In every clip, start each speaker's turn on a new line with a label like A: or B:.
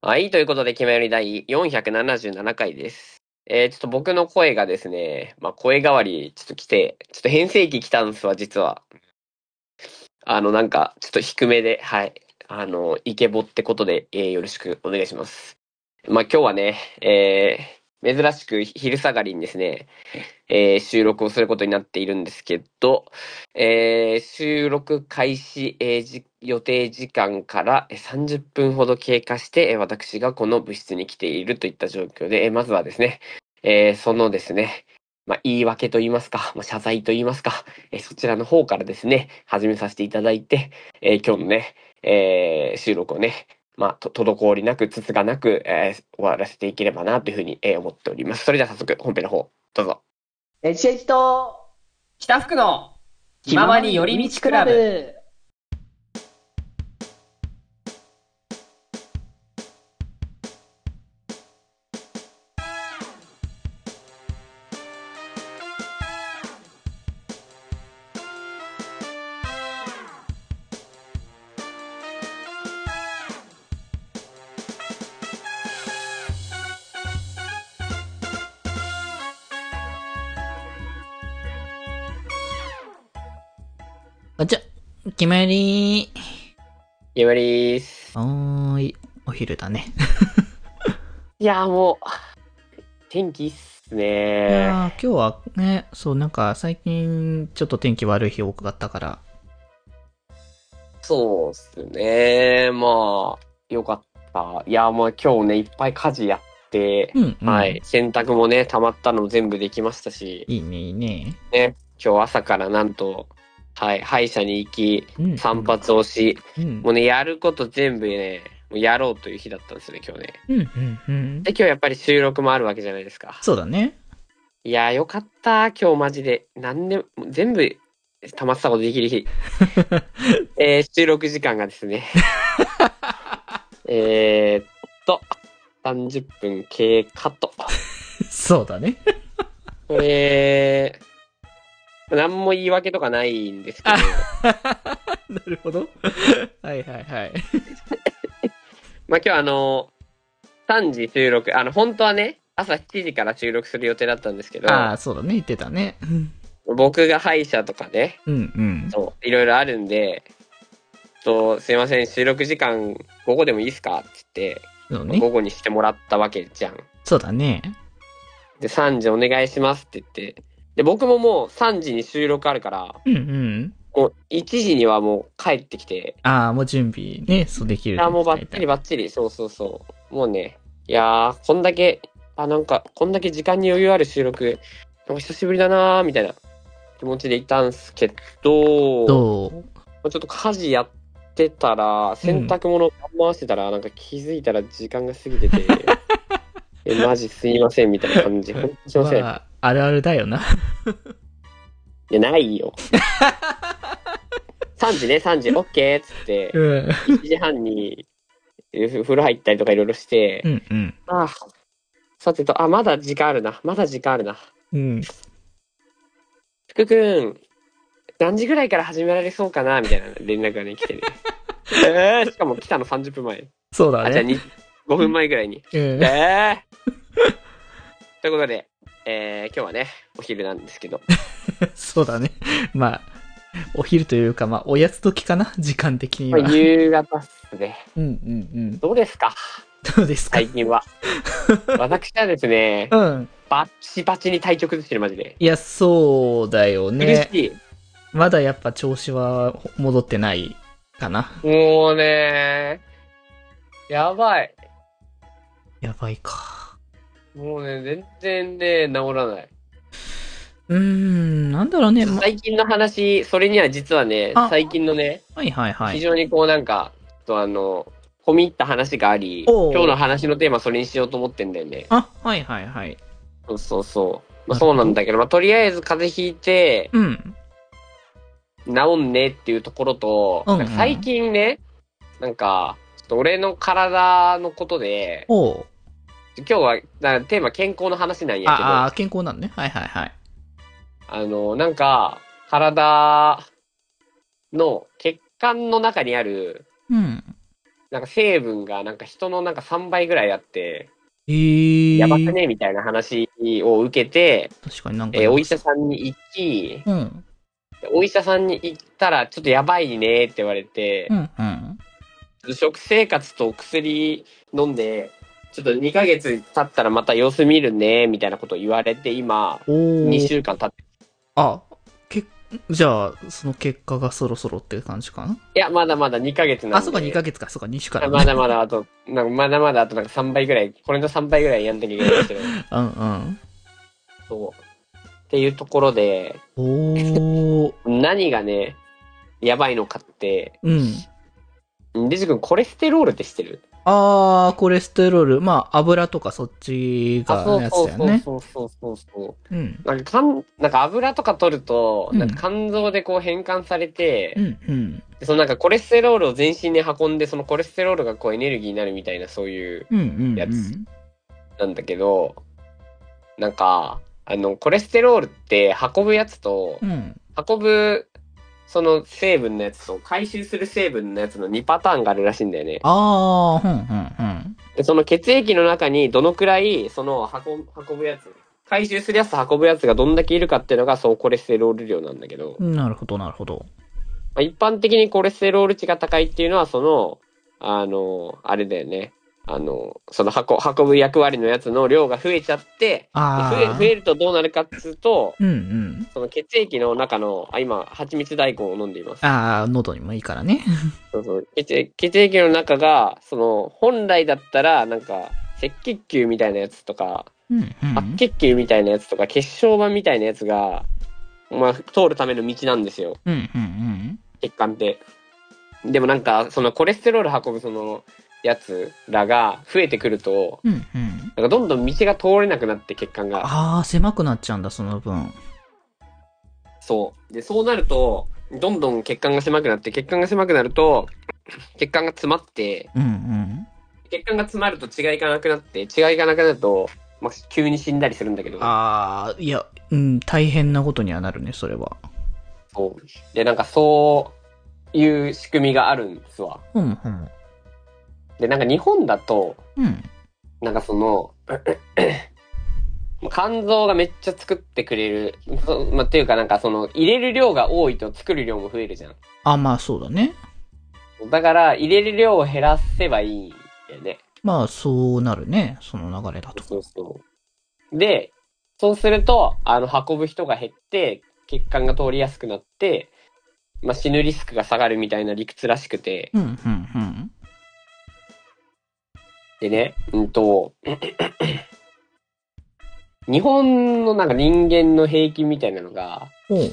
A: はい、ということで、決めり第477回です。えー、ちょっと僕の声がですね、まあ、声変わり、ちょっと来て、ちょっと変声期来たんですわ、実は。あの、なんか、ちょっと低めで、はい。あの、イケボってことで、えーよろしくお願いします。まあ、今日はね、えー、珍しく昼下がりにですね、えー収録をすることになっているんですけど、えー収録開始、えーじ予定時間からえー30分ほど経過して、えー私がこの部室に来ているといった状況で、えーまずはですね、えーそのですね、まあ、言い訳と言いますか、まあ、謝罪と言いますか、えーそちらの方からですね、始めさせていただいて、えー今日のね、えー収録をね、まあ、と滞りなく、つつがなく、えー終わらせていければな、というふうに、えー思っております。それでは早速、本編の方、どうぞ。
B: エチェキと
C: 北福の気ままに寄り道クラブ。
D: お茶、決まり
A: ゆまりーす。
D: ー。おーい、お昼だね。
A: いやーもう、天気いいっす
D: いやー
A: ね
D: 今日はね、そう、なんか最近ちょっと天気悪い日多かったから。
A: そうっすねまあ、よかった。いやーもう今日ね、いっぱい家事やって、
D: うん、うん。
A: はい、。洗濯もね、溜まったの全部できましたし、
D: いいね、いいね。
A: ね、今日朝からなんと、はい、歯医者に行き、
D: うん。
A: 散髪をし、
D: うん。
A: もうね、やること全部ね、もうやろうという日だったんですよね、今日ね。
D: うん、うん、うん
A: で、。今日やっぱり収録もあるわけじゃないですか。
D: そうだね。
A: いやーよかったー。今日マジで。何でも、全部、溜まってたことできる日。えー、収録時間がですね。えーっと、30分経過と。
D: そうだね。
A: これ、何も言い訳とかないんですけど、
D: なるほど。 はいはいはい。
A: まあ今日あの、3時収録、あの、本当はね、朝7時から収録する予定だったんですけど、
D: ああ、そうだね。言ってたね。うん、
A: 僕が歯医者とかね、
D: うん。
A: そう、いろいろあるんで、ちょっとすいません、収録時間午後でもいいですかって
D: そう
A: 言って、午
D: ね。
A: 後にしてもらったわけじゃん。
D: そうだね。
A: で、3時お願いしますって言って、で、僕ももう3時に収録あるから、
D: うん、うん。
A: もう1時にはもう帰ってきて、
D: ああ、もう準備ね、そうできる
A: い
D: ね。
A: や、もうバッチリバッチリ、そうそうそう。もうね、いやー、こんだけ、あ、なんか、こんだけ時間に余裕ある収録、なんか久しぶりだなー、みたいな気持ちでいたんすけど、
D: どう
A: まあちょっと家事やってたら、洗濯物回してたら、なんか気づいたら時間が過ぎて て、え、マジすいませんみたいな感じ。ほんとすいません。い
D: まあ、あるあるだよな。
A: や、ないよ。3時ね、3時、オッケーっつって、
D: うん。
A: 1時半にえふ風呂入ったりとかいろいろして
D: う、んうん。
A: ああ、さてと、あ、まだ時間あるな。まだ時間あるな。
D: うん。
A: 福くん、何時ぐらいから始められそうかなみたいな連絡がね、来てね。 えー、しかも来たの30分前。
D: そうだ
A: あ、じゃあ
D: ね。
A: に5分前ぐらいに。
D: うん。
A: ええ ということで、えー、今日はね、お昼なんですけど、
D: そうだね。まあ、お昼というか、まあ、おやつ時かな時間的に
A: ま
D: は。
A: あ、
D: うん
A: 夕方っすね。
D: うんうん。
A: どうですか
D: どうですか、
A: 最近 は。私はですね、
D: うん。
A: バッチバチに体調崩してる、マジで。
D: いや、そうだよ
A: 苦
D: ね。
A: しい。
D: まだやっぱ調子は戻ってないかな。
A: もうね、やばい。
D: やばいか。
A: もうね、全然ね、治らない。
D: うーん、なんだろうね。ま、
A: 最近の話、それには実はね、
D: あ
A: 最近のね、
D: はいはいは
A: 非
D: い。
A: 常にこうなんか、ちょっとあの、込み入った話があり、
D: おう
A: 今日の話のテーマそれにしようと思ってんだよね。
D: あ、はいはいはい。
A: そうそうそう。まあ、
D: なるほ
A: そ
D: ど
A: うなんだけど、まあ、とりあえず風邪ひいて、
D: うん。
A: 治んねっていうところと、
D: うんうん
A: なんか最近ね、なんか、ちょっと俺の体のことで、
D: おう。
A: 今日はなテーマ健康の話なんやけど、
D: あ
A: あ
D: あ、健康なのね。はいはいはい。
A: の、なんか、体の血管の中にある、
D: うん。
A: なんか成分がなんか人のなんか3倍ぐらいあって、
D: えー。
A: やばくねみたいな話を受けて、
D: 確かになんか。
A: えーお医者さんに行き、
D: うん。
A: お医者さんに行ったらちょっとやばいねって言われて
D: う、ん。うん。
A: 食生活と薬飲んで、ちょっと2ヶ月経ったらまた様子見るねみたいなことを言われて、今、
D: お
A: 2
D: ー。
A: 週間経って、
D: あ、け、じゃあ、その結果がそろそろって感じかない
A: や、まだまだ2ヶ月なんで。
D: あ、そうか、2ヶ月か、そうか、2週か ら、
A: まだまだあと、なんかまだまだあとなんか3倍ぐらい、これの3倍ぐらいやんなきゃいけないんですけど、
D: うんうん。
A: そう。っていうところで、
D: おー。
A: 何がね、やばいのかって、
D: うん。
A: デジ君コレステロールって知ってる
D: あー、コレステロール。まあ、油とかそっちがのやつ
A: そう
D: だよね。
A: そうそうそうそう。
D: うん。
A: なんかかん、なんか油とか取ると、
D: うん
A: なんか肝臓でこう変換されて、
D: うん、うん。
A: そのなんかコレステロールを全身に運んで、そのコレステロールがこうエネルギーになるみたいなそういう、
D: うん、うん。
A: やつなんだけど、なんか、あの、コレステロールって運ぶやつと
D: う、ん。
A: 運ぶ、その成分のやつと回収する成分のやつの2パターンがあるらしいんだよね。
D: あー、うん、うん、うん。
A: で、その血液の中にどのくらい、その運ぶ、運ぶやつ、回収するやつと運ぶやつがどんだけいるかっていうのが、そうコレステロール量なんだけど、ま
D: なるほど、なるほど。
A: あ、一般的にコレステロール値が高いっていうのは、その、あの、あれだよね。あの、その運運ぶ役割のやつの量が増えちゃって、
D: あ
A: 増え
D: ー。
A: 増えるとどうなるかっつうと、
D: うんうん。
A: その血液の中の、あ、今、蜂蜜大根を飲んでいます。
D: あー、喉にもいいからね。
A: そうそう血液血液の中が、その、本来だったら、なんか、赤血球みたいなやつとか、
D: うんうん。
A: 白血球みたいなやつとか血小板みたいなやつが、まあ、通るための道なんですよ
D: うんうん
A: 血管ってでもなんかそのコレステロール運ぶそのやつらが増えてくると
D: うん。うんうん。
A: なんかどんどん道が通れなくなって血管が
D: あー、狭くなっちゃうんだ、その分。
A: そうでそうなるとどんどん血管が狭くなって血管が狭くなると血管が詰まって
D: うんうん。
A: 血管が詰まると血がいかなくなって血がいかなくなると、まあ、急に死んだりするんだけど
D: あー、いや、うん、大変なことにはなるね、それは。
A: そうでなんかそういう仕組みがあるんですわ
D: うんうん。
A: で、なんか日本だと、
D: うん。
A: なんかその、 肝臓がめっちゃ作ってくれる。そまあ、っていうかなんかその、入れる量が多いと作る量も増えるじゃん。
D: あ、まあそうだね。
A: だから、入れる量を減らせばいいんだよね。
D: まあそうなるね、その流れだと。
A: そうそう。で、そうすると、あの、運ぶ人が減って、血管が通りやすくなって、まあ、死ぬリスクが下がるみたいな理屈らしくて。
D: うんうんうん。
A: でね、うんと、 日本のなんか人間の平均みたいなのが、
D: おう。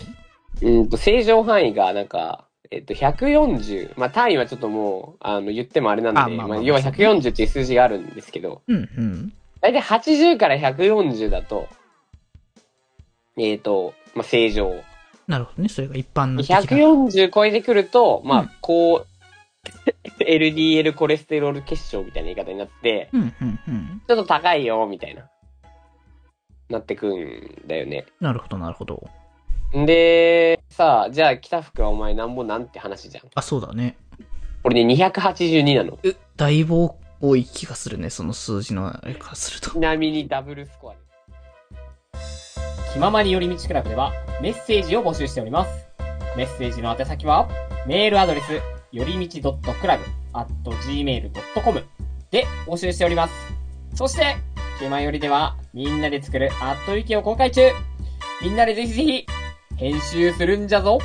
A: うんと正常範囲がなんか、えっと、140、まあ単位はちょっともう、あの、言ってもあれなんで、
D: あまあまあまあ
A: まあ要は140っていう数字があるんですけど、
D: うんうん。
A: だいたい80から140だと、えっと、まあ正常。
D: なるほどね、それが一般の的な。
A: 140超えてくると、ま
D: う
A: あ、こう、LDL コレステロール結晶みたいな言い方になって、
D: うんうんうん。
A: ちょっと高いよ、みたいな。なってくんだよね。
D: なるほどなるほど。
A: んで、さあ、じゃあ着た服はお前なんぼなんって話じゃん。
D: あ、そうだね。
A: 俺ね、282なの。
D: え、だいぶ多い気がするね、その数字のあれからすると
A: ち。なみにダブルスコアで
C: 気ままに寄り道クラブではメッセージを募集しております。メッセージの宛先は、メールアドレス、よりみち .club.gmail.com で募集しております。そして、気まよりでは、みんなで作るアットウィキを公開中みんなでぜひぜひ、編集するんじゃぞ